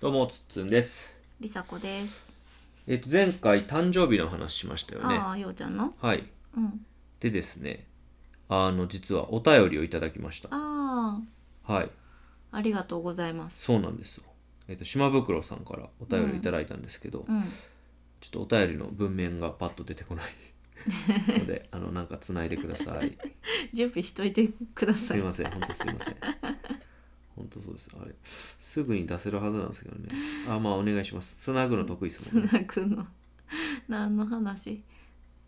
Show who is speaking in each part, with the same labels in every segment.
Speaker 1: どうもつっつんです
Speaker 2: りさこです。
Speaker 1: えっと前回誕生日の話しましたよね
Speaker 2: ああ、ようちゃんの。
Speaker 1: はい
Speaker 2: うん。
Speaker 1: でですねあの実はお便りをいただきました
Speaker 2: あ
Speaker 1: はい
Speaker 2: あ、ありがとうございます。
Speaker 1: そうなんですよえっと島袋さんからお便りいただいたんですけど、
Speaker 2: うん。
Speaker 1: ちょっとお便りの文面がパッと出てこ ないのであのなんかつないでください
Speaker 2: 準備しといてくだ
Speaker 1: す
Speaker 2: さ
Speaker 1: い
Speaker 2: い。
Speaker 1: ません本当すいません本当そうですあれすぐに出せるはずなんですけどねあまあお願いしますつなぐの得意です
Speaker 2: つ
Speaker 1: も んね
Speaker 2: なぐの。何の話。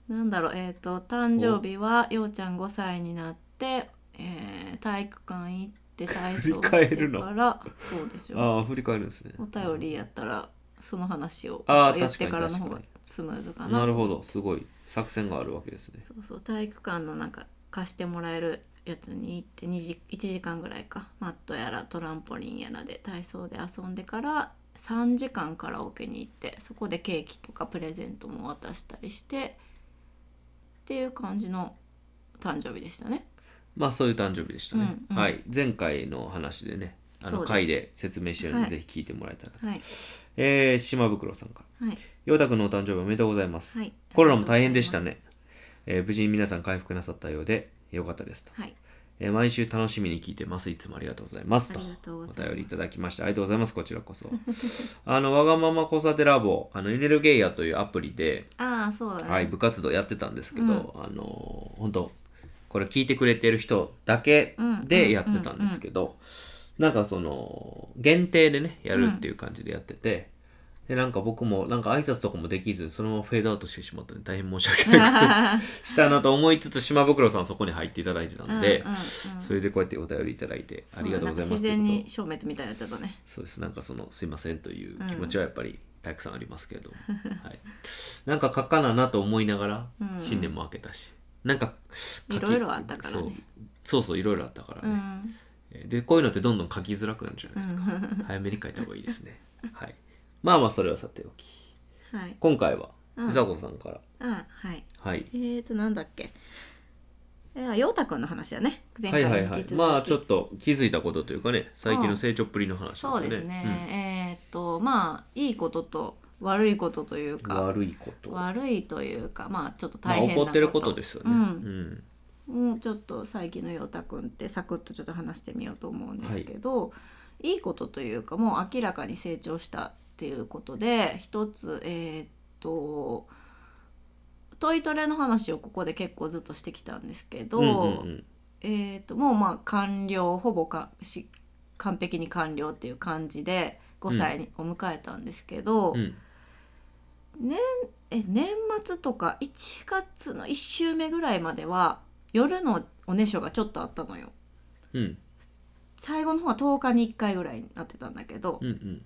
Speaker 2: なんだろう、えっ、と、誕生日はようちゃん5歳になって。えー体育館行って体操
Speaker 1: 振り
Speaker 2: し
Speaker 1: 返
Speaker 2: て
Speaker 1: るの
Speaker 2: から。そうでしょ
Speaker 1: ああ振り返るんですね
Speaker 2: お便りやったら、その話を。
Speaker 1: あー
Speaker 2: やって
Speaker 1: 確か
Speaker 2: か
Speaker 1: に
Speaker 2: らの方
Speaker 1: 確
Speaker 2: が
Speaker 1: か
Speaker 2: スムーズかな。
Speaker 1: なるほどすごい作戦があるわけですね
Speaker 2: そうそう体育館のなんか貸してもらえるやつに行って2時1時間ぐらいかマットやらトランポリンやらで体操で遊んでから3時間カラオケに行ってそこでケーキとかプレゼントも渡したりしてっていう感じの誕生日でしたね。
Speaker 1: まあそういう誕生日でしたね、
Speaker 2: うんうん
Speaker 1: はい前回の話でねあ
Speaker 2: そ
Speaker 1: の
Speaker 2: うです
Speaker 1: 回で説明してるの
Speaker 2: は
Speaker 1: で
Speaker 2: い
Speaker 1: ぜひ聞いてもらえたら、
Speaker 2: はい、
Speaker 1: えー、島袋さんから
Speaker 2: はい、
Speaker 1: 「陽太くんのお誕生日おめでとうございます、
Speaker 2: はい、
Speaker 1: コロナも大変でした。ね、えー無事に皆さん回復なさったようでよかったですと、
Speaker 2: はい、
Speaker 1: えー毎週楽しみに聞いてますいつもありがとうございますと
Speaker 2: ありがとうござ
Speaker 1: お
Speaker 2: います
Speaker 1: 便りいただきましてありがとうございますこちらこそ あのわがまま交差点ラボあのエネルゲイヤというアプリで、
Speaker 2: ああそうだね。
Speaker 1: はい、部活動やってたんですけど、あの本当これ聞いてくれてる人だけでやってたんですけど、なんかその限定でねやるっていう感じでやってて、でなんか僕もなんか挨拶とかもできずそのままフェードアウトしてしまったので大変申し訳ないことを したなと思いつつ島袋さんはそこに入っていただいてたんで、
Speaker 2: うんうんうん
Speaker 1: それでこうやってお便りいただいてありがとうございます
Speaker 2: そうなんか自
Speaker 1: っていう
Speaker 2: 然
Speaker 1: こと
Speaker 2: に消滅みたいになっちゃったね。
Speaker 1: そうですなんかそのすいませんという気持ちはやっぱりたくさんありますけれ ども、はい、なんか書かななと思いながら
Speaker 2: うん
Speaker 1: 新年も明けたし、なんか書き
Speaker 2: いろいろあったからね
Speaker 1: そうそうそういろいろあったから
Speaker 2: う
Speaker 1: ね、
Speaker 2: ん、
Speaker 1: えーでこういうのってどんどん書きづらくなるじゃないですか、早めに書いた方がいいですねはいまあまあそれはさておき
Speaker 2: はい、
Speaker 1: 今回は
Speaker 2: うん
Speaker 1: 伊佐子さんから、
Speaker 2: あはい。
Speaker 1: はい
Speaker 2: えーと、なんだっけ。えー、陽太くんの話だね。前
Speaker 1: は
Speaker 2: 回
Speaker 1: いはい
Speaker 2: に聞い
Speaker 1: はい
Speaker 2: てた
Speaker 1: まあちょ
Speaker 2: 時
Speaker 1: っと気づいたことというかね最近の成長っぷりの話ですよ
Speaker 2: そう
Speaker 1: ね
Speaker 2: ですね。えーと、まあ、いいことと悪いこととい
Speaker 1: う
Speaker 2: う
Speaker 1: ん
Speaker 2: か、
Speaker 1: 悪いことま
Speaker 2: 悪いというか、まあ、ちょっと
Speaker 1: あ
Speaker 2: 大変な
Speaker 1: 怒ってることですよね、
Speaker 2: うん
Speaker 1: うん
Speaker 2: うん、ちょっと最近の陽太くんってサクッとちょっと話してみようと思うんですけど、い、いことというかもう明らかに成長したっていうことで一つえーっとトイトレの話をここで結構ずっとしてきたんですけど、
Speaker 1: うんうんうん
Speaker 2: えーっともうまあ完了ほぼかし完璧に完了っていう感じで5歳に、を迎えたんですけど、
Speaker 1: うん
Speaker 2: 年え年末とか1月の1週目ぐらいまでは夜のおねしょがちょっとあったのよ
Speaker 1: うん
Speaker 2: 最後の方は10日に1回ぐらいになってたんだけど
Speaker 1: う、んうん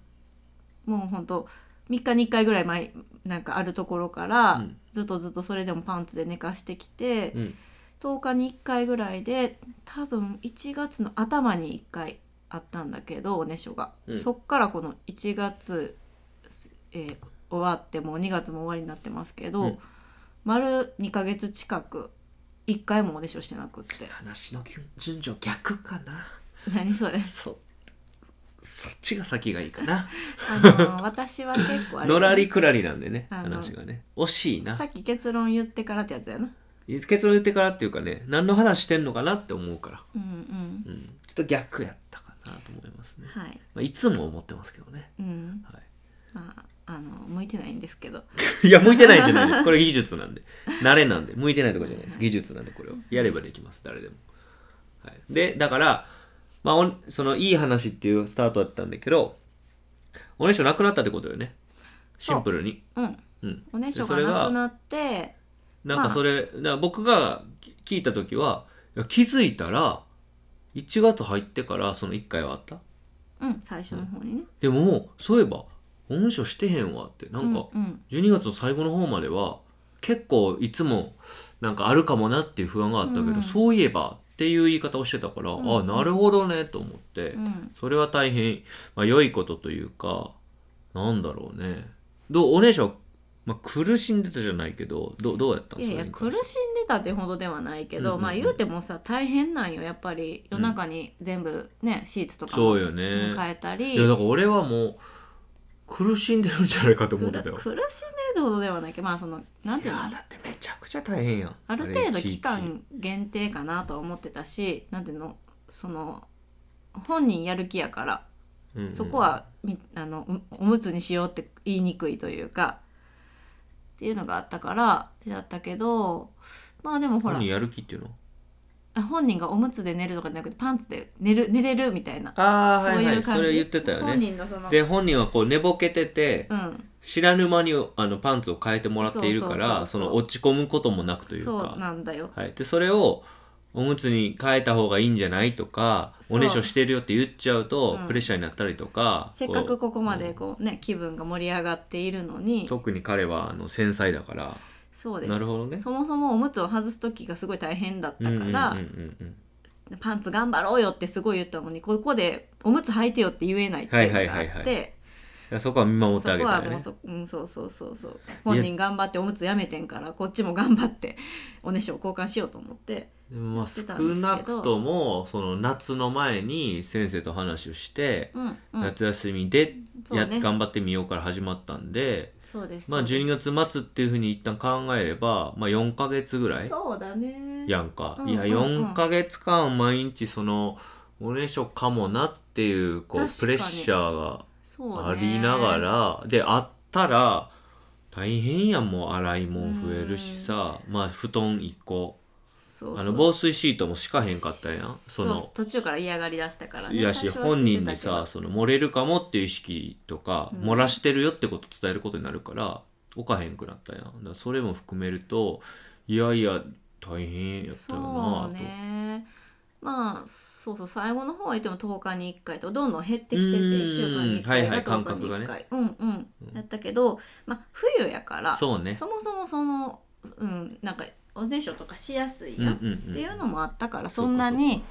Speaker 2: もうほんと3日に1回ぐらい前なんかあるところか
Speaker 1: う
Speaker 2: ら
Speaker 1: ん
Speaker 2: ずっとずっとそれでもパンツで寝かしてきて、
Speaker 1: うん
Speaker 2: 10日に1回ぐらいで多分1月の頭に1回あったんだけどおねしょが、
Speaker 1: うん
Speaker 2: そっからこの1月、えー終わってもう2月も終わりになってますけど、
Speaker 1: うん
Speaker 2: 丸2ヶ月近く1回もおねしょしてなくって
Speaker 1: 話の順序逆かな
Speaker 2: 何 それ
Speaker 1: そそっちが先がいいかな
Speaker 2: あのー私は結構あれ
Speaker 1: のらりくらりなんでね
Speaker 2: あの
Speaker 1: 話がね惜しいな
Speaker 2: さっき結論言ってからってやつやな
Speaker 1: 結論言ってからっていうかね何の話してんのかなって思うから、
Speaker 2: うんうん
Speaker 1: うん、ちょっと逆やったかなと思いますね、
Speaker 2: はい
Speaker 1: まあ、いつも思ってますけどね、
Speaker 2: うん
Speaker 1: は
Speaker 2: まああの向いてないんですけど
Speaker 1: い、いや向いてないんじゃないですこれ技術なんで慣れなんで向いてないとかじゃないです技術なんでこれはやればできます誰でも、はい、でだからまあおんそのいい話っていうスタートだったんだけどおねしょなくなったってことよねシンプルに
Speaker 2: うん
Speaker 1: うん
Speaker 2: おねしょ
Speaker 1: そ
Speaker 2: が
Speaker 1: れが
Speaker 2: なくなって
Speaker 1: なんかそれ、だから僕が聞いた時はいや気づいたら1月入ってからその1回はあった
Speaker 2: うん最初の方にね
Speaker 1: でももうそういえばおねしょしてへんわってなんか
Speaker 2: うんうん
Speaker 1: 12月の最後の方までは結構いつもなんかあるかもなっていう不安があったけど、
Speaker 2: うん
Speaker 1: そういえばっていう言い方をしてたから、
Speaker 2: ん
Speaker 1: あなるほどねと思って、
Speaker 2: うん
Speaker 1: それは大変、まあ、良いことというかなんだろうねどうお姉ちゃん、まあ、苦しんでたじゃないけどどうどうやったん
Speaker 2: いやいや苦しんでたってほどではないけど、
Speaker 1: うんうんうん
Speaker 2: まあ言うてもさ大変なんよやっぱり夜中に全部ねシーツとかも
Speaker 1: そうよね
Speaker 2: 変えた
Speaker 1: い
Speaker 2: り、
Speaker 1: やだから俺はもう苦しんでるんじゃないかと思ってたよ
Speaker 2: 苦しんでるってほどではないけどまあそのなん
Speaker 1: い
Speaker 2: ていうの
Speaker 1: やだってめちゃくちゃ大変やん
Speaker 2: ある程度
Speaker 1: れいちいち
Speaker 2: 期間限定かなとは思ってたしなんていうのその本人やる気やから
Speaker 1: うんうん
Speaker 2: そこはみあのおおむつにしようって言いにくいというかっていうのがあったからだったけどまあでもほら
Speaker 1: 本人やる気っていうの
Speaker 2: あ本人がおむつで寝るとかじゃなくてパンツで寝る寝れるみたいな
Speaker 1: ああ
Speaker 2: そう
Speaker 1: はいは
Speaker 2: いう
Speaker 1: い
Speaker 2: 感じ
Speaker 1: それ言ってたよ
Speaker 2: 本
Speaker 1: ね
Speaker 2: 人のその
Speaker 1: で本人はこう寝ぼけてて、
Speaker 2: うん
Speaker 1: 知らぬ間にあのパンツを変えてもらっているか
Speaker 2: そうそうそうそう
Speaker 1: らその落ち込むこともなくという
Speaker 2: そう
Speaker 1: か
Speaker 2: なんだよ
Speaker 1: はい、でそれをおむつに変えた方がいいんじゃないとか
Speaker 2: そう
Speaker 1: おねしょしてるよって言っちゃうと、
Speaker 2: うん
Speaker 1: プレッシャーになったりとか
Speaker 2: せっかくここまで
Speaker 1: こ
Speaker 2: こうね気分が盛り上がっているの
Speaker 1: う
Speaker 2: に
Speaker 1: 特に彼はあの繊細だから
Speaker 2: そうです
Speaker 1: なるほどね
Speaker 2: そもそもおむつを外す時がすごい大変だったから、
Speaker 1: うんうんうんうん
Speaker 2: パンツ頑張ろうよってすごい言ったのにここでおむつ履いてよって言えないっていうのがあ
Speaker 1: は
Speaker 2: っ
Speaker 1: いはいはいは
Speaker 2: て
Speaker 1: いやそこは見守
Speaker 2: そ
Speaker 1: ってあげ
Speaker 2: こ
Speaker 1: た
Speaker 2: は
Speaker 1: よ
Speaker 2: もう
Speaker 1: ね
Speaker 2: そ,、うん、そうそうそうそう本人頑張っておむつやめてんからこっちも頑張っておねしょを交換しようと思って
Speaker 1: でもまあ
Speaker 2: やって
Speaker 1: 少
Speaker 2: たんですけど
Speaker 1: なくともその夏の前に先生と話をして、
Speaker 2: うんうん
Speaker 1: 夏休みで
Speaker 2: そう
Speaker 1: や、
Speaker 2: ね
Speaker 1: 頑張ってみようから始まったんで
Speaker 2: そうです
Speaker 1: まあ
Speaker 2: そうです
Speaker 1: 12月末っていうふうに一旦考えれば、まあ、4ヶ月ぐらい
Speaker 2: そうだね
Speaker 1: やんか、
Speaker 2: うん
Speaker 1: いや
Speaker 2: うんうん
Speaker 1: 4ヶ月間毎日そのおねしょかもなっていうこう
Speaker 2: 確かに
Speaker 1: プレッシャー
Speaker 2: そう
Speaker 1: が
Speaker 2: ね
Speaker 1: ありながら、であったら大変やんもう洗い物増えるしさ、まあ布団1個
Speaker 2: そうそう
Speaker 1: あの防水シートも敷かへんかったやんその
Speaker 2: う途中から嫌がり出したからね
Speaker 1: いやし
Speaker 2: 最初は知
Speaker 1: 本
Speaker 2: って
Speaker 1: 人に
Speaker 2: たけど
Speaker 1: さその漏れるかもっていう意識とか、
Speaker 2: うん
Speaker 1: 漏らしてるよってこと伝えることになるから置かへんくなったやんだからそれも含めるといやいや大変やったよな
Speaker 2: そ
Speaker 1: と、
Speaker 2: うねまあそうそう最後の方はいても10日に1回とどんどん減ってきてて
Speaker 1: うん
Speaker 2: 1週間に1回が10日に
Speaker 1: はいはい感覚
Speaker 2: 1
Speaker 1: が
Speaker 2: 回うんうん
Speaker 1: うん
Speaker 2: やったけど、まあ、冬やから
Speaker 1: そうね
Speaker 2: もそもその、うん、なんかおねしょとかしやすい
Speaker 1: うんう
Speaker 2: や
Speaker 1: ん
Speaker 2: ん、
Speaker 1: うん
Speaker 2: っていうのもあったから
Speaker 1: そうか
Speaker 2: そんなに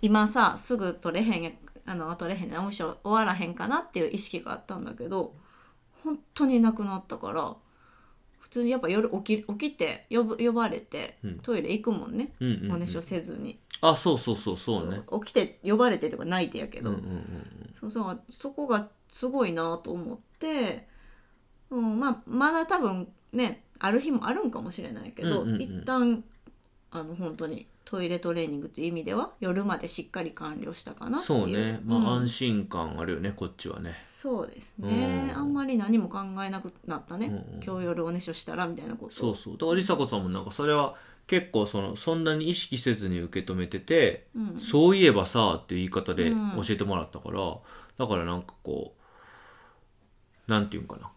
Speaker 2: 今さすぐ取れへんやあの取れへんねおむしょ終わらへんかなっていう意識があったんだけど本当になくなったから普通にやっぱ夜起き起きて呼ぶ呼ばれて
Speaker 1: うん
Speaker 2: トイレ行くもんね。
Speaker 1: うんうんうん
Speaker 2: おねしょせずに、
Speaker 1: あそうそうそうそうね
Speaker 2: そう起きて呼ばれてとか泣いてやけ
Speaker 1: うんう
Speaker 2: ど、
Speaker 1: んうん
Speaker 2: そうそうそこがすごいなと思って、うん、まあまだ多分ねある日もあるんかもしれないけど、
Speaker 1: うんうんうん
Speaker 2: 一旦あの本当にトイレトレーニングっていう意味では夜までしっかり完了したかなっていう
Speaker 1: そうねまあ、
Speaker 2: うん
Speaker 1: 安心感あるよねこっちはね
Speaker 2: そうですね、
Speaker 1: うん
Speaker 2: あんまり何も考えなくなったね、
Speaker 1: うんうん
Speaker 2: 今日夜おねしょしたらみたいなこと
Speaker 1: そうそうだから梨紗子さんもなんかそれは結構そのそんなに意識せずに受け止めてて
Speaker 2: うん、
Speaker 1: そういえばさっていう言い方で
Speaker 2: うん
Speaker 1: 教えてもらったから、だからなんかこうなんていうんかな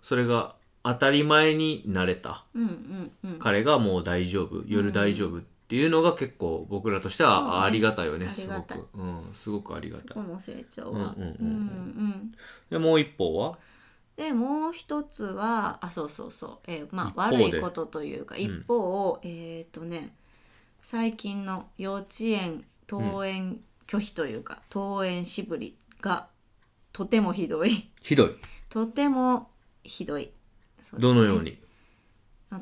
Speaker 1: それが当たり前になれた
Speaker 2: うんうんうん
Speaker 1: 彼がもう大丈夫夜大丈夫っていうのが結構僕らとして
Speaker 2: そうね
Speaker 1: はありがたいよね
Speaker 2: あり
Speaker 1: す
Speaker 2: が
Speaker 1: ご
Speaker 2: たい
Speaker 1: く、うん、すごくありが
Speaker 2: そ
Speaker 1: たい
Speaker 2: こ。の成長は
Speaker 1: うんうんう
Speaker 2: う
Speaker 1: んん
Speaker 2: う
Speaker 1: うん
Speaker 2: ん
Speaker 1: でもう一方は
Speaker 2: でもう一つはあそうそうそう、えーまあ
Speaker 1: 一方で
Speaker 2: 悪いことというか
Speaker 1: ん
Speaker 2: 一方、えっ、とね最近の幼稚園登園拒否というか、登園渋りがとてもひどい
Speaker 1: ひどい
Speaker 2: とてもひどいそうですね
Speaker 1: どのように、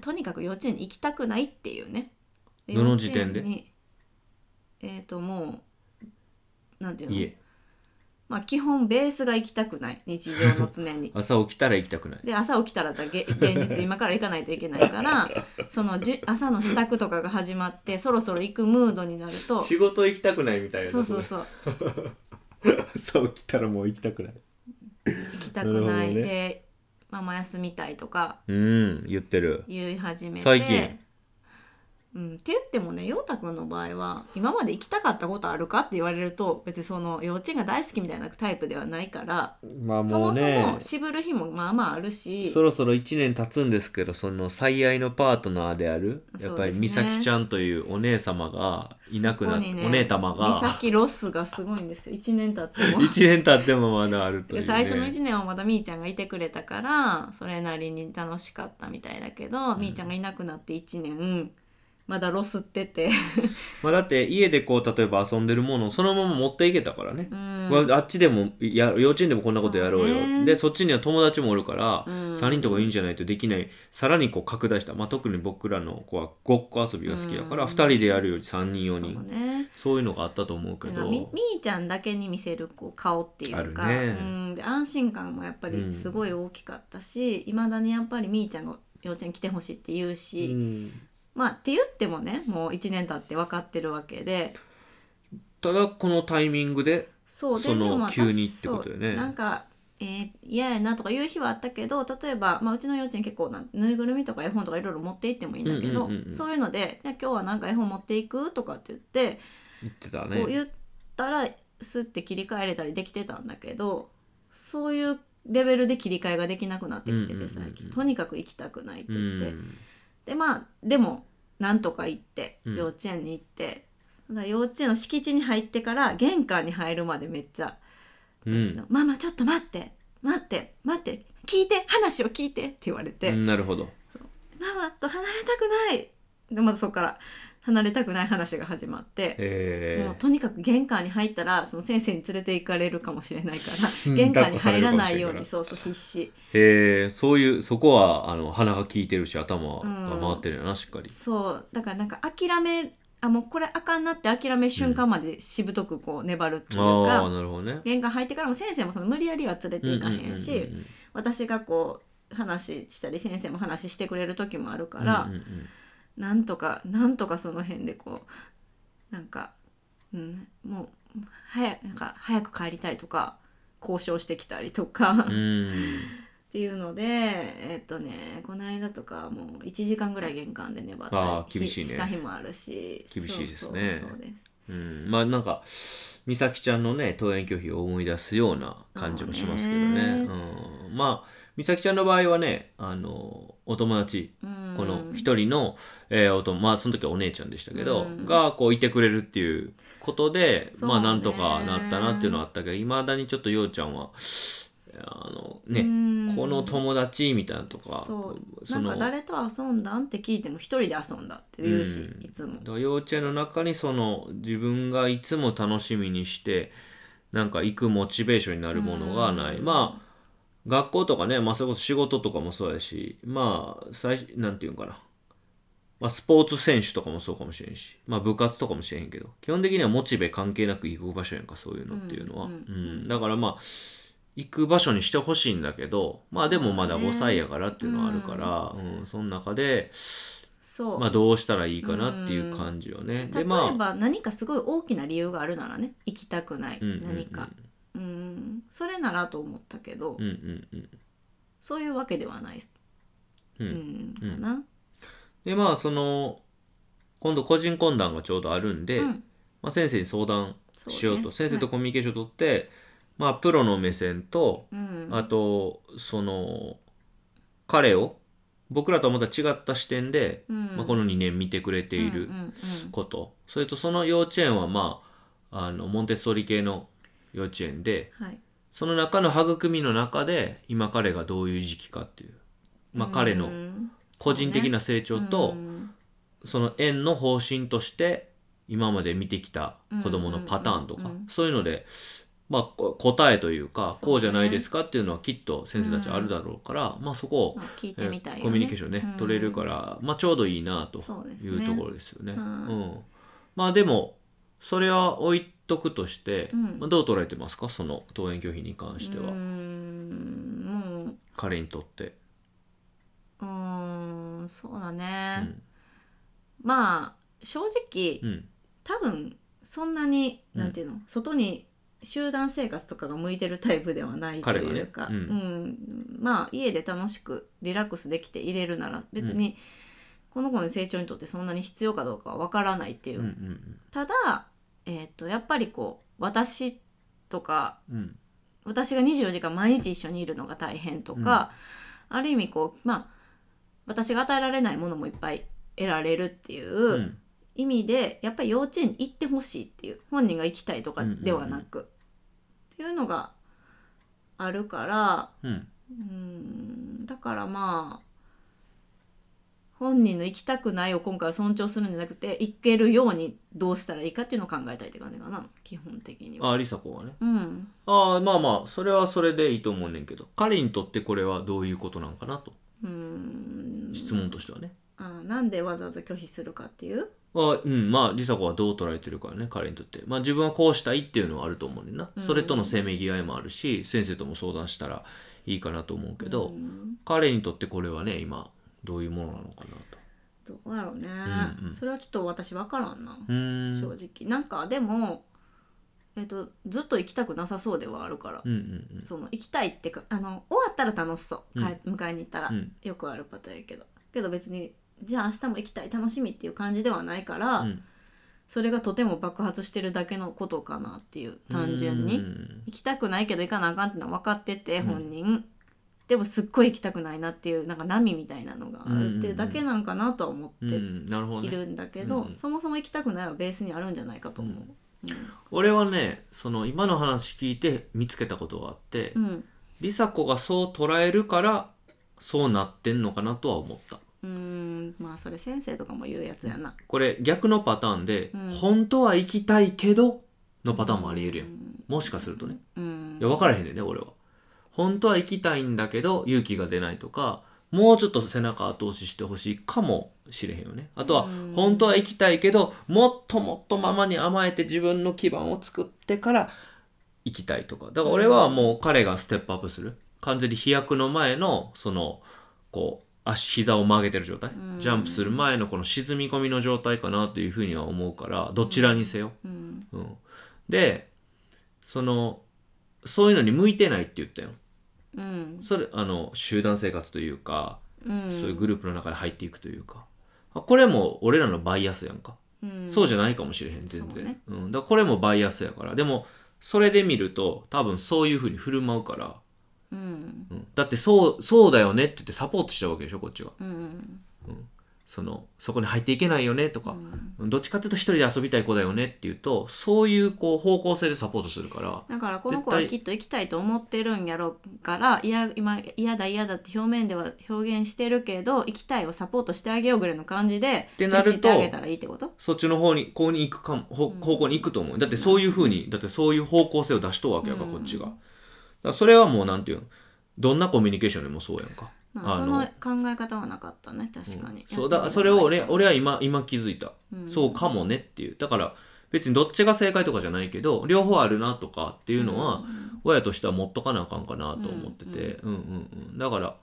Speaker 2: とにかく幼稚園に行きたくないっていうねで
Speaker 1: どの時点で
Speaker 2: 幼稚園にえっ、ともうなんていうの
Speaker 1: いえ
Speaker 2: まあ、基本ベースが行きたくない日常の常に
Speaker 1: 朝起きたら行きたくない
Speaker 2: で朝起きたらだけ 現実今から行かないといけないからそのじゅ朝の支度とかが始まってそろそろ行くムードになると
Speaker 1: 仕事行きたくないみたいな
Speaker 2: そうそうそう
Speaker 1: 朝起きたらもう行きたくない
Speaker 2: 行きたくな
Speaker 1: なる
Speaker 2: い
Speaker 1: ほどね
Speaker 2: でママ休みたいとか
Speaker 1: うん言ってる
Speaker 2: 言い始めて
Speaker 1: 最近
Speaker 2: うん、って言ってもね陽太くんの場合は今まで行きたかったことあるかって言われると別にその幼稚園が大好きみたいなタイプではないから、
Speaker 1: まあ
Speaker 2: そ
Speaker 1: もう
Speaker 2: もそ
Speaker 1: ね
Speaker 2: も渋る日もまあまああるし
Speaker 1: そろそろ1年経つんですけどその最愛のパートナーであるやっぱり
Speaker 2: そうで
Speaker 1: 美
Speaker 2: すね
Speaker 1: 咲ちゃんというお姉様がいなくなっ
Speaker 2: そこ
Speaker 1: て、
Speaker 2: にね
Speaker 1: お姉様
Speaker 2: 美
Speaker 1: が
Speaker 2: 咲ロスがすごいんですよ1年経っても
Speaker 1: 1年経ってもまだあるという、
Speaker 2: で
Speaker 1: ね、
Speaker 2: 最初の1年はまだみーちゃんがいてくれたからそれなりに楽しかったみたいだけど、
Speaker 1: ん
Speaker 2: みーちゃんがいなくなって1年まだロスって て
Speaker 1: まあだって家でこう例えば遊んでるものをそのまま持っていけたからね
Speaker 2: う、ん
Speaker 1: わあっちでもや幼稚園でもこんなことやろうよ
Speaker 2: そうね
Speaker 1: でそっちには友達もおるから、
Speaker 2: うん
Speaker 1: 3人とかいいんじゃないとできないさらにこう拡大した、まあ、特に僕らの子はごっこ遊びが好きやから、
Speaker 2: うん
Speaker 1: 2人でやるより3人4人
Speaker 2: そ
Speaker 1: そうう,、
Speaker 2: ね
Speaker 1: いうのがあったと思うけ
Speaker 2: だから
Speaker 1: ど
Speaker 2: みみーちゃんだけに見せるこう顔っていうか、
Speaker 1: あるね
Speaker 2: うん、で安心感もやっぱりすごい大きかったしいま、未だにやっぱりみーちゃんが幼稚園来てほしいって言う
Speaker 1: う
Speaker 2: し、
Speaker 1: ん、
Speaker 2: まあって言ってもねもう1年経って分かってるわけで
Speaker 1: ただこのタイミングで
Speaker 2: そう
Speaker 1: そ
Speaker 2: でで
Speaker 1: の
Speaker 2: も私
Speaker 1: 急にってことよね
Speaker 2: そうなんかえー嫌やなとかいう日はあったけど例えば、まあ、うちの幼稚園結構なんぬいぐるみとか絵本とかいろいろ持って行ってもいいんだけど、
Speaker 1: うんうんうんうん
Speaker 2: そういうので「いや今日はなんか絵本持っていく?」とかって言って
Speaker 1: 言ってた
Speaker 2: こう
Speaker 1: ね
Speaker 2: 言ったらスッて切り替えれたりできてたんだけどそういうレベルで切り替えができなくなってきて
Speaker 1: うんうんうんう
Speaker 2: て
Speaker 1: ん
Speaker 2: 最近、とにかく行きたくないって
Speaker 1: う
Speaker 2: 言って、
Speaker 1: ん
Speaker 2: でまあでもなんとか行って
Speaker 1: うん
Speaker 2: 幼稚園に行って、ただ幼稚園の敷地に入ってから玄関に入るまでめっちゃ
Speaker 1: う
Speaker 2: 「
Speaker 1: ん
Speaker 2: ママちょっと待って待って待って聞いて話を聞いて」って言われて、
Speaker 1: うんなるほど
Speaker 2: ママと離れたくない」でまたそこから離れたくない話が始まって。
Speaker 1: え
Speaker 2: もうとにかく玄関に入ったらその先生に連れて行かれるかもしれないか
Speaker 1: う
Speaker 2: ら
Speaker 1: ん
Speaker 2: 玄関に入らないよう
Speaker 1: 抱っこされるかもしれないから
Speaker 2: にそうそう必死
Speaker 1: ー、えー、そういうそこはあの鼻が効いてるし頭が回ってるよな、しっかり
Speaker 2: そうだからなんか諦めあもうこれあかんなって諦める瞬間までしぶとくこう粘るっていうか、
Speaker 1: ああなるほどね
Speaker 2: 玄関入ってからも先生もその無理やりは連れて行かへんし、
Speaker 1: ううう
Speaker 2: 私がこう話したり先生も話してくれる時もあるか
Speaker 1: うん
Speaker 2: ら、
Speaker 1: うんうん
Speaker 2: なんとかなんとかその辺でこうなんか、うん、もう早なんか早く帰りたいとか交渉してきたりとか。
Speaker 1: うん
Speaker 2: っていうのでえっとねこの間とかもう1時間ぐらい玄関で粘った
Speaker 1: あ
Speaker 2: り
Speaker 1: ー厳しいね
Speaker 2: した日もあるし
Speaker 1: 厳しいですね
Speaker 2: そうそうそうです
Speaker 1: うん、まあなんか美咲ちゃんのね登園拒否を思い出すような感じもしますけどね
Speaker 2: そうね
Speaker 1: うん、まあ美咲ちゃんの場合はねあのお友達
Speaker 2: うん
Speaker 1: この一人の、えーおとまあその時はお姉ちゃんでしたけど、
Speaker 2: うん
Speaker 1: がこういてくれるっていうことで、
Speaker 2: そうね
Speaker 1: まあなんとかなったなっていうのはあったけどいまだにちょっとようちゃんはあのね、
Speaker 2: うん
Speaker 1: この友達みたいなのとか
Speaker 2: そう
Speaker 1: そ
Speaker 2: な
Speaker 1: の
Speaker 2: んか誰と遊んだんって聞いても一人で遊んだって言うし、
Speaker 1: うん
Speaker 2: いつも
Speaker 1: だから幼稚園の中にその自分がいつも楽しみにしてなんか行くモチベーションになるものがない、
Speaker 2: うん
Speaker 1: まあ学校とかね、まあ、それこそ仕事とかもそうやしまあ最初なんていうんかな、まあ、スポーツ選手とかもそうかもしれんし、まあ、部活とかもしれへんけど基本的にはモチベ関係なく行く場所やんかそういうのっていうのは、
Speaker 2: うんう
Speaker 1: う
Speaker 2: ん
Speaker 1: んだからまあ行く場所にしてほしいんだけどまあでもまだ
Speaker 2: そうだ
Speaker 1: 5
Speaker 2: ね
Speaker 1: 歳やからっていうのはあるから、うんその中で
Speaker 2: そう、
Speaker 1: まあどうしたらいいかなっていう感じよね。
Speaker 2: 例え
Speaker 1: でまあ
Speaker 2: ば何かすごい大きな理由があるならね行きたくない、
Speaker 1: うんうんうん
Speaker 2: 何かうんそれならと思ったけど、
Speaker 1: うんうんうん
Speaker 2: そういうわけではないです
Speaker 1: う
Speaker 2: うんんかな
Speaker 1: でまあその今度個人懇談がちょうどあるんで、
Speaker 2: うん
Speaker 1: まあ、先生に相談
Speaker 2: そ
Speaker 1: しようと
Speaker 2: ね
Speaker 1: 先生とコミュニケーションを取って、まあプロの目線と
Speaker 2: うん
Speaker 1: あとその彼を僕らとはまた違った視点で、
Speaker 2: うん
Speaker 1: まあ、この2年見てくれている
Speaker 2: うんうんうん
Speaker 1: こと、それとその幼稚園はまああのモンテッソーリ系の幼稚園で、
Speaker 2: はい、
Speaker 1: その中の育みの中で今彼がどういう時期かっていう、まあ、彼の
Speaker 2: うん
Speaker 1: 個人的な成長と
Speaker 2: うん
Speaker 1: その園の方針として今まで見てきた子どものパターンと
Speaker 2: うんう
Speaker 1: か
Speaker 2: んうんうん
Speaker 1: そういうので、まあ、こ答えというか
Speaker 2: そうね
Speaker 1: こうじゃないですかっていうのはきっと先生たちあるだろうから、まあ、そこを
Speaker 2: まあ、聞いてみたいよ、ね
Speaker 1: コミュニケーションね、
Speaker 2: うん
Speaker 1: 取れるから、まあ、ちょうどいいなと
Speaker 2: そうです
Speaker 1: い
Speaker 2: ね
Speaker 1: うところですよね。
Speaker 2: う
Speaker 1: うんんまあでもそれは置いとくとして、
Speaker 2: うん
Speaker 1: まあ、どう捉えてますかその登園拒否に関しては、
Speaker 2: うんもう
Speaker 1: 彼にとって。
Speaker 2: うーんそうだ
Speaker 1: う
Speaker 2: ね、
Speaker 1: ん
Speaker 2: まあ正直、
Speaker 1: うん
Speaker 2: 多分そんなに
Speaker 1: うん
Speaker 2: なんていうの、外に集団生活とかが向いてるタイプではないと
Speaker 1: 彼はね
Speaker 2: いうか、
Speaker 1: うん
Speaker 2: うんまあ家で楽しくリラックスできていれるなら別に、この子の成長にとってそんなに必要かどうかは分からないっていうう、
Speaker 1: んうん
Speaker 2: ただ、えっとやっぱりこう私とか
Speaker 1: うん
Speaker 2: 私が24時間毎日一緒にいるのが大変とか、ある意味こうまあ私が与えられないものもいっぱい得られるっていううん意味で、やっぱり幼稚園に行ってほしいっていう本人が行きたいとかではなく、っていうのがあるから
Speaker 1: うん
Speaker 2: うーんだからまあ本人の行きたくないを今回は尊重するんじゃなくて行けるようにどうしたらいいかっていうのを考えたいって感じかな基本的には。
Speaker 1: ああ梨紗子はね
Speaker 2: うん、
Speaker 1: ああまあまあそれはそれでいいと思うねんけど彼にとってこれはどういうことなのかなと
Speaker 2: うん
Speaker 1: 質問としてはね、
Speaker 2: あなんでわざわざ拒否するかっていう。
Speaker 1: あうんまあ梨紗子はどう捉えてるかね彼にとってまあ自分はこうしたいっていうのはあると思うねんな、
Speaker 2: うん
Speaker 1: それとのせめぎ合いもあるし先生とも相談したらいいかなと思うけど、
Speaker 2: うん
Speaker 1: 彼にとってこれはね今どういうものなのかなと
Speaker 2: どうやろうね、
Speaker 1: うんうん
Speaker 2: それはちょっと私分からんな、
Speaker 1: うーん
Speaker 2: 正直なんかでも、えっとずっと行きたくなさそうではあるから、
Speaker 1: うんうんうん
Speaker 2: その行きたいってかあの終わったら楽しそう、帰迎えに行ったら、
Speaker 1: うん
Speaker 2: よくあるパターンやけどけど別にじゃあ明日も行きたい楽しみっていう感じではないから、
Speaker 1: うん
Speaker 2: それがとても爆発してるだけのことかなっていう単純に、
Speaker 1: うん
Speaker 2: 行きたくないけど行かなあかんってのは分かってて
Speaker 1: うん
Speaker 2: 本人、でもすっごい行きたくないなっていうなんか波みたいなのがあるっていうだけなんかなとは思
Speaker 1: う
Speaker 2: って
Speaker 1: んなるほど
Speaker 2: い
Speaker 1: ね
Speaker 2: るんだけ
Speaker 1: うん
Speaker 2: ど、
Speaker 1: うん
Speaker 2: そもそも行きたくないはベースにあるんじゃないかと思う。
Speaker 1: 俺はねその今の話聞いて見つけたことがあって、
Speaker 2: うん、うん
Speaker 1: 梨紗子がそう捉えるからそうなってんのかなとは思った
Speaker 2: うーんまあそれ先生とかも言うやつやな。
Speaker 1: これ逆のパターンで、
Speaker 2: うん
Speaker 1: 本当は行きたいけどのパターンもありえるやん、
Speaker 2: うん
Speaker 1: もしかするとね
Speaker 2: うん
Speaker 1: いや分からへんねんね俺は本当は行きたいんだけど勇気が出ないとかもうちょっと背中後押ししてほしいかもしれへんよねあとは
Speaker 2: うん
Speaker 1: 本当は行きたいけどもっともっとママに甘えて自分の基盤を作ってから行きたいとかだから俺はもう彼がステップアップする完全に飛躍の前のそのこう足膝を曲げてる状態
Speaker 2: うん
Speaker 1: ジャンプする前のこの沈み込みの状態かなというふうには思うからどちらにせよ
Speaker 2: うん
Speaker 1: うん、でそのそういうのに向いてないって言ったよ
Speaker 2: うん
Speaker 1: それあの集団生活というか、
Speaker 2: うん、
Speaker 1: そういうグループの中に入っていくというかあこれも俺らのバイアスやんか、
Speaker 2: うん
Speaker 1: そうじゃないかもしれへん全
Speaker 2: そう
Speaker 1: 然
Speaker 2: ね
Speaker 1: うん、だからこれもバイアスやからでもそれで見ると多分そういうふうに振る舞うから、
Speaker 2: うん
Speaker 1: うん、だってそうそうだよねって言ってサポートしちゃうわけでしょこっちが
Speaker 2: うん
Speaker 1: そのそこに入っていけないよねと
Speaker 2: う
Speaker 1: か、
Speaker 2: ん
Speaker 1: どっちかっていうと一人で遊びたい子だよねっていうとそういうこう方向性でサポートするから
Speaker 2: だからこの子は
Speaker 1: 絶対
Speaker 2: きっと行きたいと思ってるんやろうからいや今嫌だ嫌だって表面では表現してるけど行きたいをサポートしてあげようぐらいの感じで
Speaker 1: てなると
Speaker 2: 接してあげたらいいってこと
Speaker 1: そっちの方に、こうに行くかも、ほ方向に行くと思う。だってそういう風に、だってそういう方向性を出しとうわけやから、
Speaker 2: うん
Speaker 1: こっちが。だからそれはもう、なんていうん、どんなコミュニケーションでもそうやんか。
Speaker 2: まあ、
Speaker 1: あ
Speaker 2: そ
Speaker 1: の
Speaker 2: の考え方はなかったね確かに、
Speaker 1: そうだ、それを俺、俺
Speaker 2: は、
Speaker 1: は今、今気づいた。
Speaker 2: ん
Speaker 1: そうかもねっていう。だから、別にどっちが正解とかじゃないけど、両方あるなとかっていうのは、親としては持っとかなあかんかなと思ってて、うんうんうん。だから、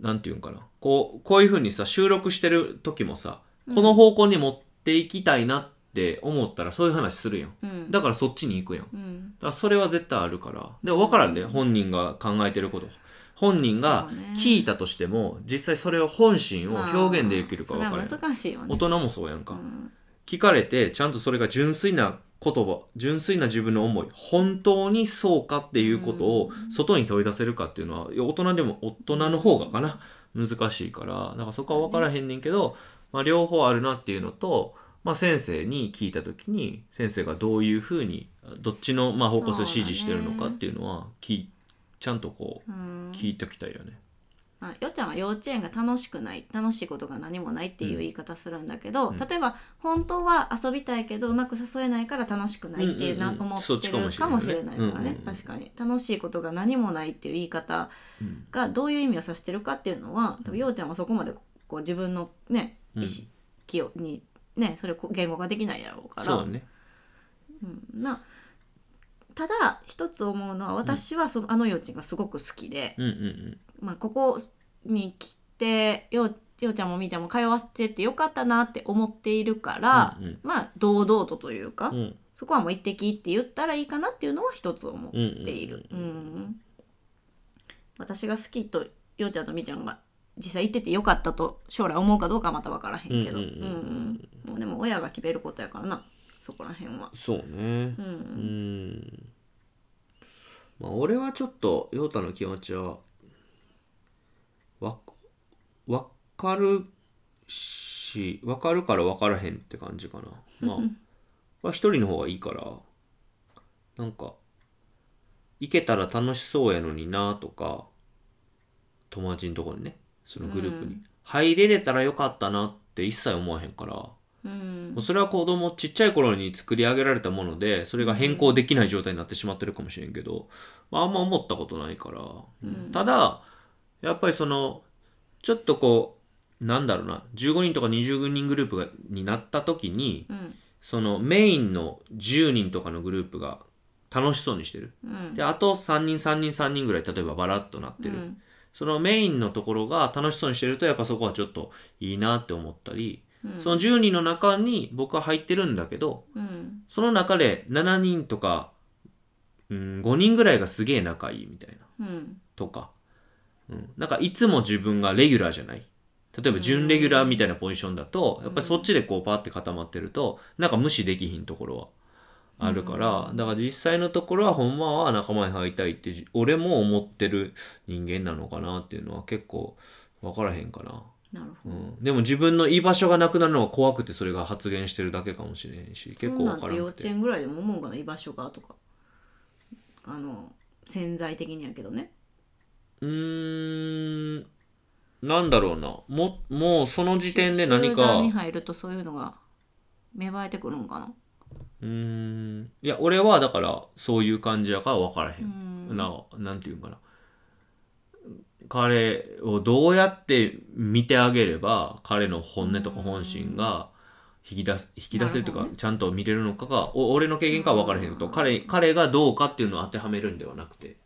Speaker 1: なんていうんかな。こう、こういう風にさ、収録してる時もさ、この方向に持っていきたいなって思ったら、そういう話するやん。
Speaker 2: うん、うん
Speaker 1: だからそっちに行くやん。だか
Speaker 2: うん
Speaker 1: らそれは絶対あるから。で、わからんで、本人が考えてること。本人が
Speaker 2: そうね
Speaker 1: 聞いたとしても、実際それを本心を表現できるかわ
Speaker 2: ま
Speaker 1: か
Speaker 2: あ
Speaker 1: らん。
Speaker 2: それは難しいよね
Speaker 1: 大人もそうやん
Speaker 2: う
Speaker 1: か。
Speaker 2: ん
Speaker 1: 聞かれて、ちゃんとそれが純粋な言葉、純粋な自分の思い、本当にそうかっていうことを外に問い出せるかっていうのは、いや大人でも大人の方がかな、難しいから、なんかそこは分からへんねんけど、まあ両方あるなっていうのと、まあ先生に聞いた時に、先生がどういうふうに、どっちのまあ方向性を指示してるのかっていうのは、きちゃんとこう、
Speaker 2: うん
Speaker 1: 聞いておきたいよね。
Speaker 2: まあ、よっちゃんは幼稚園が楽しくない楽しいことが何もないっていう言い方するんだけど、
Speaker 1: うん
Speaker 2: 例えば本当は遊びたいけどうまく誘えないから楽しくないっていうな、
Speaker 1: うんうんうん
Speaker 2: 思ってるか
Speaker 1: そっ
Speaker 2: もしれないからね
Speaker 1: ちかもしれないねうんうんうん
Speaker 2: 確かに楽しいことが何もないっていう言い方
Speaker 1: うん
Speaker 2: がどういう意味を指してるかっていうのは多分ようちゃんはそこまでこう自分のね
Speaker 1: うん
Speaker 2: 意識をにねそれをこう言語化できないだろうから
Speaker 1: そうね。
Speaker 2: うんなただ一つ思うのは私はその、あの幼稚園がすごく好きで、
Speaker 1: うんうん
Speaker 2: まあ、ここに来てようようちゃんもみーちゃんも通わせてってよかったなって思っているから、
Speaker 1: うんうん
Speaker 2: まあ堂々とというか、
Speaker 1: うん。うん
Speaker 2: そこはもう一滴って言ったらいいかなっていうのは一つ思
Speaker 1: うんうん
Speaker 2: っている。うん私が好きとようちゃんとみーちゃんが実際行っててよかったと将来思うかどうかはまた分からへんけ
Speaker 1: うんうんうんう
Speaker 2: ど、
Speaker 1: ん
Speaker 2: うんうんもうでも親が決めることやからなそこら辺は。
Speaker 1: そうね
Speaker 2: う。
Speaker 1: うんんまあ俺はちょっと陽太の気持ちはわわかるしわかるからわからへんって感じかなまあまあ一人の方がいいからなんか行けたら楽しそうやのになとか友達のとこにねそのグループに
Speaker 2: う
Speaker 1: 入れれたらよかったなって一切思わへんからも
Speaker 2: うん
Speaker 1: うそれは子供ちっちゃい頃に作り上げられたものでそれが変更できない状態になってしまってるかもしれんけど、まあ、あんま思ったことないから、
Speaker 2: うん
Speaker 1: ただやっぱりそのちょっとこうなんだろうな15人とか20人グループがになった時に
Speaker 2: うん
Speaker 1: そのメインの10人とかのグループが楽しそうにしてる
Speaker 2: うん
Speaker 1: であと3人3人3人ぐらい例えばバラッとなってる、
Speaker 2: うん
Speaker 1: そのメインのところが楽しそうにしてるとやっぱそこはちょっといいなって思ったり、
Speaker 2: うん
Speaker 1: その10人の中に僕は入ってるんだけど
Speaker 2: うん
Speaker 1: その中で7人とか、うん、5人ぐらいがすげえ仲いいみたいな
Speaker 2: うん
Speaker 1: とか、うん、なんかいつも自分がレギュラーじゃない例えば準レギュラーみたいなポジションだとやっぱりそっちでこうパーって固まってるとなんか無視できひんところはあるからだから実際のところはほんまは仲間に入りたいって俺も思ってる人間なのかなっていうのは結構分からへんかな、
Speaker 2: なる
Speaker 1: う
Speaker 2: ほど、
Speaker 1: ん、でも自分の居場所がなくなるのが怖くてそれが発言してるだけかもしれへんし結
Speaker 2: そん
Speaker 1: 構
Speaker 2: な
Speaker 1: 分
Speaker 2: ん
Speaker 1: か
Speaker 2: て
Speaker 1: らな
Speaker 2: 幼
Speaker 1: く
Speaker 2: 稚
Speaker 1: て
Speaker 2: 園ぐらいでも思うかな居場所がとかあの潜在的にやけどね
Speaker 1: うーんなんだろうなももうその時点で何
Speaker 2: 集
Speaker 1: か
Speaker 2: 団に入るとそういうのが芽生えてくるんかな
Speaker 1: うーんいや俺はだからそういう感じやから分からへ、
Speaker 2: うんん
Speaker 1: ななんていうんかな彼をどうやって見てあげれば彼の本音とか本心が引き出す引き出せるというか、
Speaker 2: なるほどね
Speaker 1: ちゃんと見れるのかがお俺の経験から分からへん
Speaker 2: う
Speaker 1: と
Speaker 2: ん
Speaker 1: 彼彼がどうかっていうのを当てはめるんではなくて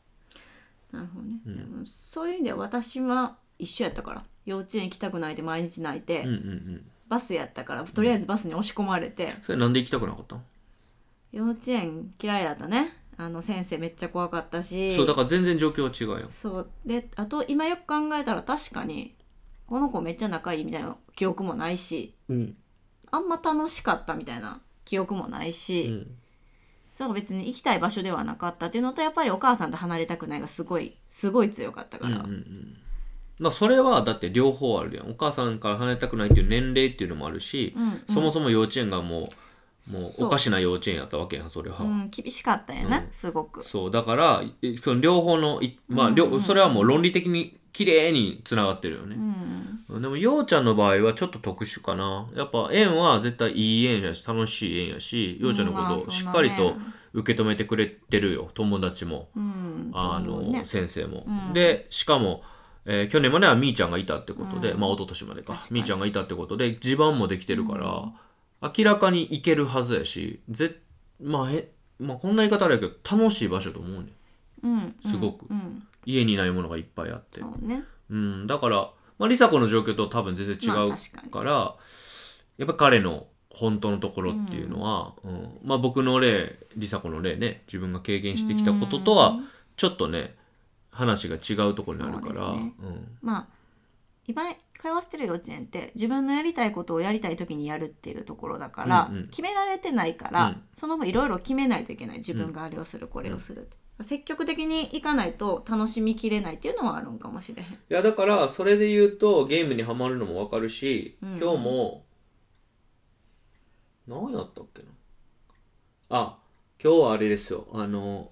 Speaker 2: なるほどね、
Speaker 1: うん
Speaker 2: でもそういう意味では私は一緒やったから幼稚園行きたくないで毎日泣いて、
Speaker 1: うんうんうん
Speaker 2: バスやったからとりあえずバスに押し込まれて、
Speaker 1: それなんで行きたくなかったの、
Speaker 2: 幼稚園嫌いだったねあの先生めっちゃ怖かったし
Speaker 1: そうだから全然状況は違うやん
Speaker 2: そうであと今よく考えたら確かにこの子めっちゃ仲いいみたいな記憶もないし
Speaker 1: うん
Speaker 2: あんま楽しかったみたいな記憶もないし、それが別に行きたい場所ではなかったっていうのとやっぱりお母さんと離れたくないがすごいすごい強かったから、
Speaker 1: うんうんうんまあそれはだって両方あるやんお母さんから離れたくないっていう年齢っていうのもあるし、
Speaker 2: うんうん
Speaker 1: そもそも幼稚園がもうも
Speaker 2: そう
Speaker 1: うおかしな幼稚園やったわけやんそれは、
Speaker 2: うん、厳しかったよね、
Speaker 1: うん
Speaker 2: すごく。
Speaker 1: そうだからえその両方のいまあ、両
Speaker 2: うんうん
Speaker 1: それはもう論理的に綺麗につながってるよ
Speaker 2: う
Speaker 1: ね、
Speaker 2: ん、
Speaker 1: でもようちゃんの場合はちょっと特殊かなやっぱ縁は絶対いい縁やし楽しい縁やしようちゃんの
Speaker 2: まあ
Speaker 1: ことをし
Speaker 2: そん
Speaker 1: っ
Speaker 2: な
Speaker 1: かり
Speaker 2: ね
Speaker 1: と受け止めてくれてるよ友達も
Speaker 2: うん、
Speaker 1: あ
Speaker 2: と
Speaker 1: の、
Speaker 2: 思うね
Speaker 1: 先生も、
Speaker 2: うん
Speaker 1: でしかも、えー去年まではみーちゃんがいたってことで、
Speaker 2: うん
Speaker 1: まあ一昨年までか
Speaker 2: 確かに
Speaker 1: みーちゃんがいたってことで地盤もできてるから、
Speaker 2: うん
Speaker 1: 明らかにいけるはずやしぜ、まあ、へまあこんな言い方あれやけど楽しい場所と思うねん
Speaker 2: うん、
Speaker 1: すごく
Speaker 2: うんうん、
Speaker 1: 家にないものがいっぱいあって
Speaker 2: そうね
Speaker 1: うんだから、まあ、梨紗子の状況と多分全然違
Speaker 2: まあ
Speaker 1: う
Speaker 2: 確かに
Speaker 1: から、やっぱ彼の本当のところっていうのは、うんまあ僕の例梨紗子の例ね自分が経験してきたこととは、
Speaker 2: うん
Speaker 1: ちょっとね話が違うところにあるから
Speaker 2: そう
Speaker 1: う,、
Speaker 2: ですねまあ今通わせてる幼稚園って自分のやりたいことをやりたい時にやるっていうところだから、
Speaker 1: うんうん
Speaker 2: 決められてないから、
Speaker 1: うん
Speaker 2: その分いろいろ決めないといけない自分があれをするこれをすると、積極的にいかないと楽しみきれないっていうのはあるんかもしれへん。
Speaker 1: ん、いやだからそれで言うとゲームにはまるのもわかるし、
Speaker 2: うん
Speaker 1: 今日も何やったっけなあ今日はあれですよあの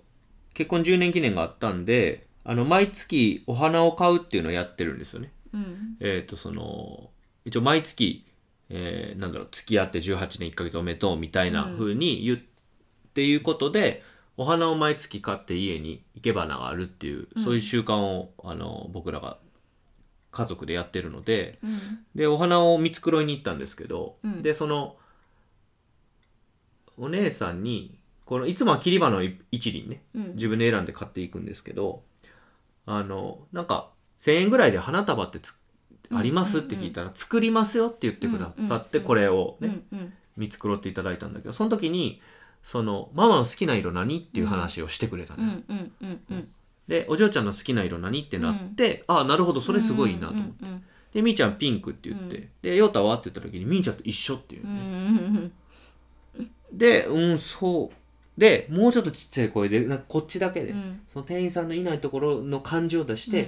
Speaker 1: 結婚10年記念があったんであの毎月お花を買うっていうのをやってるんですよね
Speaker 2: うん
Speaker 1: えっ、とその一応毎月、えーなんだろう付き合って18年1ヶ月おめでとうみたいな風に言うっていうことで、お花を毎月買って家に生け花があるっていう
Speaker 2: うん
Speaker 1: そういう習慣を、あの僕らが家族でやってるので
Speaker 2: うん
Speaker 1: でお花を見繕いに行ったんですけど、
Speaker 2: うん
Speaker 1: でそのお姉さんにこのいつもは切り花を一輪ね
Speaker 2: うん
Speaker 1: 自分で選んで買っていくんですけどあのなんか1,000円ぐらいで花束ってつあります
Speaker 2: うん
Speaker 1: っ
Speaker 2: うん
Speaker 1: て
Speaker 2: うん
Speaker 1: 聞いたら、作りますよって言ってくださって、
Speaker 2: うんうんうん
Speaker 1: これをね、
Speaker 2: うんうん
Speaker 1: 見繕っていただいたんだけどその時にその「ママの好きな色何?」っていう話をしてくれた
Speaker 2: う
Speaker 1: のよ、
Speaker 2: んうんうんうん
Speaker 1: でお嬢ちゃんの好きな色何ってなって、ああなるほどそれすごいいいなと思って、
Speaker 2: うん
Speaker 1: でみーちゃんピンクって言って、
Speaker 2: うん
Speaker 1: で陽太はって言った時にみーちゃんと一緒っていう
Speaker 2: う
Speaker 1: ね、
Speaker 2: んうんうんうん
Speaker 1: でうんそうでもうちょっとちっちゃい声でなんかこっちだけで、
Speaker 2: うん
Speaker 1: その店員さんのいないところの感じを出して、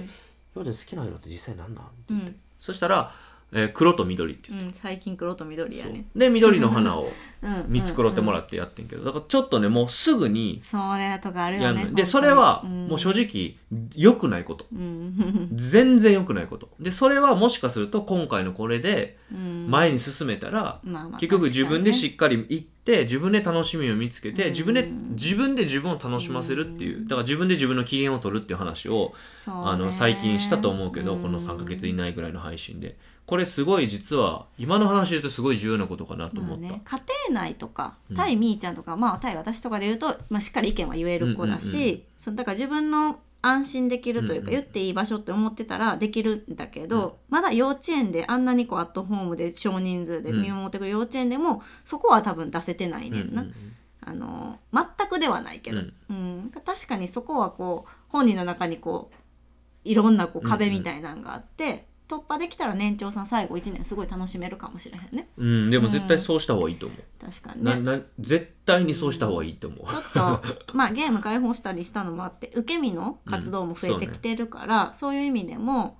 Speaker 1: ひょうちゃん好きな色って実際なんだって言って、
Speaker 2: うん
Speaker 1: そしたらえー黒と緑っていう
Speaker 2: うん、最近黒と緑やね
Speaker 1: そうで緑の花を
Speaker 2: うん
Speaker 1: 見繕ってもら
Speaker 2: って、
Speaker 1: ってやってんけどだからちょっとねもうすぐに
Speaker 2: それとかある
Speaker 1: や
Speaker 2: よ
Speaker 1: るの
Speaker 2: ね
Speaker 1: よでそれはもう正
Speaker 2: 直
Speaker 1: 直良くないこと
Speaker 2: うん
Speaker 1: 全然良くないことでそれはもしかすると今回のこれで
Speaker 2: うん
Speaker 1: 前に進めたら
Speaker 2: まあまあ
Speaker 1: 結局自分で
Speaker 2: 確かにね
Speaker 1: しっかり行って自分で楽しみを見つけ
Speaker 2: う
Speaker 1: て
Speaker 2: ん
Speaker 1: 自分で自分で自分を楽しませるっていううんだから自分で自分の機嫌を取るっていう話を
Speaker 2: そうね
Speaker 1: あの最近したと思うけどこの3ヶ月以
Speaker 2: うん
Speaker 1: 内ぐらいの配信でこれすごい実は今の話で言うとすごい重要なことかなと思
Speaker 2: まあ
Speaker 1: った
Speaker 2: ね、家庭内とか
Speaker 1: うん
Speaker 2: 対みーちゃんとか、まあ対私とかで言うと、まあ、しっかり意見は言える子だし、
Speaker 1: うんうんう
Speaker 2: そのだから自分の安心できるというか、
Speaker 1: うんうん
Speaker 2: 言っていい場所って思ってたらできるんだけど、まだ幼稚園であんなにこうアットホームで少人数で見守ってくる幼稚園でも、そこは多分出せてないねんな、
Speaker 1: うんうんうん
Speaker 2: あの全くではないけど、
Speaker 1: う
Speaker 2: うんん確かにそこはこう本人の中にこういろんなこう壁みたいなのがあって、突破できたら年長さん最後1年すごい楽しめるかもしれへんね
Speaker 1: うん、でも絶対そうした方がいいと思う、
Speaker 2: 確かにね。
Speaker 1: なな絶対にそうした方がいいと思う、
Speaker 2: ちょっ とまあゲーム開放したりしたのもあって受け身の活動も増えてきてるから、そういう意味でも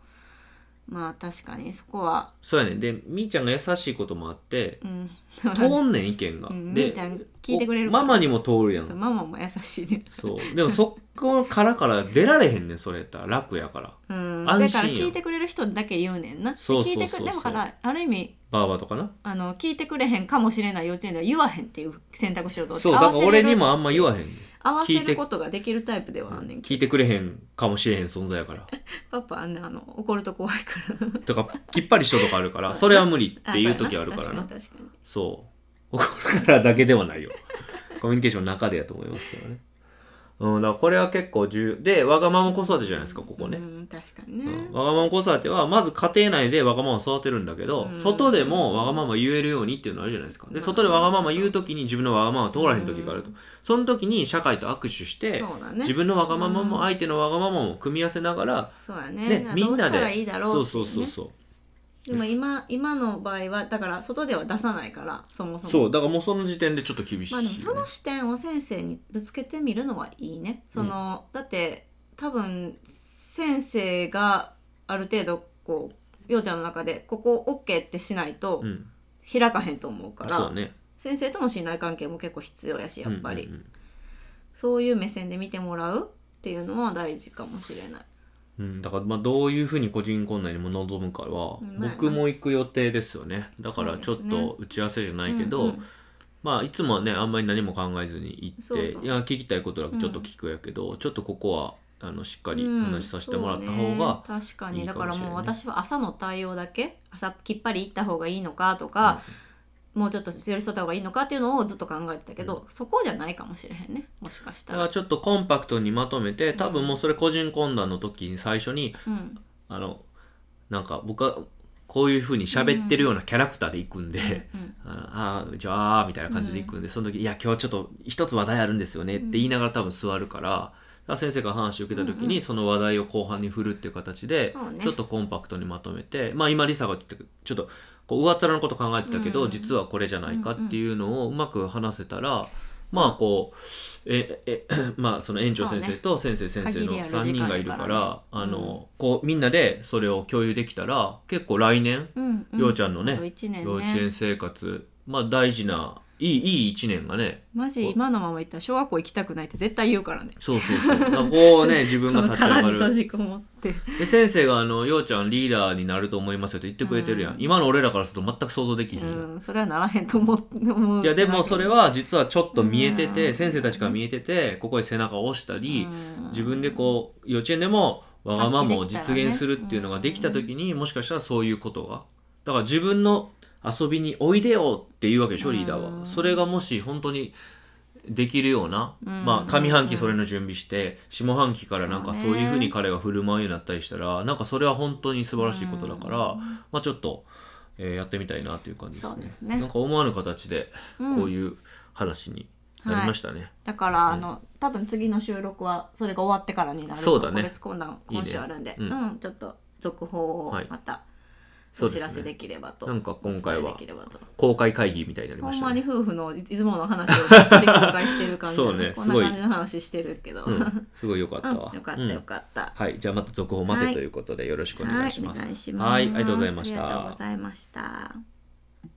Speaker 2: まあ確かにそこは、
Speaker 1: そうやねでみーちゃんが優しいこともあって
Speaker 2: うん、そう
Speaker 1: 通んねん意見が、
Speaker 2: うん
Speaker 1: で
Speaker 2: みーちゃん聞いてくれる
Speaker 1: おマ
Speaker 2: から
Speaker 1: マにも通るやん
Speaker 2: そう
Speaker 1: そ
Speaker 2: ママも優しいね。
Speaker 1: うでもそこからから出られへんねんそれやったら楽やから
Speaker 2: うん、
Speaker 1: 安心やん
Speaker 2: だから聞いてくれる人だけ言うねんな。
Speaker 1: そうそうそうそう
Speaker 2: で聞いてくれでもからある意味
Speaker 1: バーバーとかな
Speaker 2: あの聞いてくれへんかもしれない幼稚園では言わへんっていう選択肢を取って
Speaker 1: そうだから俺
Speaker 2: れ
Speaker 1: に
Speaker 2: る
Speaker 1: もあんま言わへんねん
Speaker 2: 合わせ
Speaker 1: 聞いて
Speaker 2: ることができるタイプではあんねんけど
Speaker 1: 聞いてくれへんかもしれへん存在やから
Speaker 2: パパあんねあの怒ると怖いからな。
Speaker 1: とかきっぱり人とかあるからそれは無理っていう時あるからな
Speaker 2: あそうや確かに確かに
Speaker 1: そう。怒るからだけではないよ。コミュニケーションの中でやと思いますけどね。うん、だからこれは結構重要。で、わがまま子育てじゃないですか、ここね
Speaker 2: う。ん、確かにね、
Speaker 1: うん、わがまま子育ては、まず家庭内でわがままを育てるんだけど、
Speaker 2: うん
Speaker 1: 外でもわがまま言えるようにっていうのあるじゃないですか。で、外でわがまま言うときに自分のわがままが通らへんときがあると。その時に社会と握手して、
Speaker 2: そうだね
Speaker 1: 自分のわがままも相手のわがままも組み合わせながら、
Speaker 2: そうや
Speaker 1: ね
Speaker 2: ね、
Speaker 1: みんな
Speaker 2: どうしたら
Speaker 1: で
Speaker 2: いいだろ
Speaker 1: そうう
Speaker 2: ってい
Speaker 1: そうそう
Speaker 2: ね
Speaker 1: そう。
Speaker 2: でも今今の場合はだから外では出さないからそもそも
Speaker 1: そう、だからもうその時点でちょっと厳しい
Speaker 2: ま
Speaker 1: よ
Speaker 2: あ
Speaker 1: ね、
Speaker 2: でもその視点を先生にぶつけてみるのはいいねその、だって多分先生がある程度こうようちゃんの中でここ OK ってしないと
Speaker 1: うん、
Speaker 2: 開かへんと思うから、
Speaker 1: そうね。
Speaker 2: 先生との信頼関係も結構必要やしやっぱり、
Speaker 1: うんうんうん
Speaker 2: そういう目線で見てもらうっていうのは大事かもしれない。
Speaker 1: うん、だからまあどういうふうに個人困難にも臨むかは
Speaker 2: うんまあ
Speaker 1: 僕も行く予定ですよねだからちょっ
Speaker 2: そうですね
Speaker 1: と打ち合わせじゃないけど、
Speaker 2: うんうん
Speaker 1: まあいつもはねあんまり何も考えずに行って
Speaker 2: そうそう
Speaker 1: いや聞きたいことだけちょっと聞くやけど、ちょっとここはあのしっかり
Speaker 2: うん
Speaker 1: 話させてもらった方が、
Speaker 2: そうね確かに
Speaker 1: いいか
Speaker 2: だ
Speaker 1: もしれ
Speaker 2: か
Speaker 1: ない
Speaker 2: らもう私は朝の対応だけ朝きっぱり行った方がいいのかとか、もうちょっと寄り添った方がいいのかっていうのをずっと考えてたけど、そこじゃないかもしれへんねもしかした
Speaker 1: だから
Speaker 2: ら。
Speaker 1: ちょっとコンパクトにまとめて多分もうそれ個人困難の時に最初に
Speaker 2: うん、
Speaker 1: あのなんか僕はこういうふうに喋ってるようなキャラクターで行くんで。
Speaker 2: うん
Speaker 1: ああじゃあみたいな感じで行くんで、その時「いや今日ちょっと一つ話題あるんですよね」って言いながら多分座るから,、先生が話を受けた時
Speaker 2: うんう
Speaker 1: にその話題を後半に振るっていう形で、
Speaker 2: そうね
Speaker 1: ちょっとコンパクトにまとめてまあ今リサが言ってたちょっとこう上っ面のこと考えてたけど、
Speaker 2: うん
Speaker 1: 実はこれじゃないかっていうのをうまく話せたら。まあこうええ まあその園長先生と先生先生
Speaker 2: 限り
Speaker 1: の
Speaker 2: ある
Speaker 1: 3人がいるから
Speaker 2: 時間だからね
Speaker 1: あのこうみんなでそれを共有できたら結構来年
Speaker 2: うんうん
Speaker 1: ようちゃんのね
Speaker 2: あと1年ね
Speaker 1: 幼稚園生活まあ大事ないいいい1年がね
Speaker 2: マジ今のまま言ったら小学校行きたくないって絶対言うからね
Speaker 1: そうそう そうだからこうね自分が立ち上
Speaker 2: 殻
Speaker 1: が
Speaker 2: に閉
Speaker 1: る
Speaker 2: じこもって
Speaker 1: で先生があの「ようちゃんリーダーになると思いますよ」って言ってくれてるやん、
Speaker 2: うん
Speaker 1: 今の俺らからすると全く想像できひん
Speaker 2: う
Speaker 1: やん、
Speaker 2: んそれはならへんと思う思う
Speaker 1: いやでもそれは実はちょっと見えてて、
Speaker 2: うん
Speaker 1: 先生たちから見えててここで背中を押したり、
Speaker 2: うん
Speaker 1: 自分でこう幼稚園でもわがままを
Speaker 2: 発揮
Speaker 1: 実
Speaker 2: できたらね
Speaker 1: 現するっていうのができた時に、もしかしたらそういうことがだから自分の遊びにおいでよっていうわけでしょリーダーは、
Speaker 2: うん
Speaker 1: それがもし本当にできるような、
Speaker 2: うん
Speaker 1: まあ上半期それの準備して下半期からなんか
Speaker 2: そ
Speaker 1: そう
Speaker 2: うね
Speaker 1: いうふうに彼が振る舞うようになったりしたらなんかそれは本当に素晴らしいことだから、
Speaker 2: うん
Speaker 1: まあちょっと、えーやってみたいなという感じです
Speaker 2: そう
Speaker 1: ね
Speaker 2: ですね
Speaker 1: なんか思わぬ形で
Speaker 2: うん
Speaker 1: こういう話になりましたね、
Speaker 2: だから、あの多分次の収録はそれが終わってからになる
Speaker 1: そうだね
Speaker 2: 個別懇談今週あるんで
Speaker 1: いいね
Speaker 2: うん、ちょっと続報を
Speaker 1: はい
Speaker 2: また
Speaker 1: そ
Speaker 2: お
Speaker 1: うです
Speaker 2: 知
Speaker 1: ね
Speaker 2: らせできればと、
Speaker 1: なんか今回は
Speaker 2: お伝えできればと
Speaker 1: 公開会議みたいになりま
Speaker 2: ほ
Speaker 1: し
Speaker 2: ん
Speaker 1: た
Speaker 2: まに
Speaker 1: ね。
Speaker 2: 夫婦のいつもの話をがっつり公開してる感じ
Speaker 1: そうね
Speaker 2: こん
Speaker 1: す
Speaker 2: な
Speaker 1: ごい
Speaker 2: 感じの話してるけど、
Speaker 1: う ん、すごい良かっ
Speaker 2: う
Speaker 1: た
Speaker 2: ん
Speaker 1: わ。
Speaker 2: よかった
Speaker 1: うん
Speaker 2: よかった、
Speaker 1: はい、じゃあまた続報待
Speaker 2: は
Speaker 1: て
Speaker 2: い
Speaker 1: ということでよろしくお
Speaker 2: は
Speaker 1: 願い
Speaker 2: い
Speaker 1: し
Speaker 2: お
Speaker 1: ます。
Speaker 2: 願いします
Speaker 1: はい、ありがとうございまし
Speaker 2: ありがとう
Speaker 1: た
Speaker 2: ご。ざいました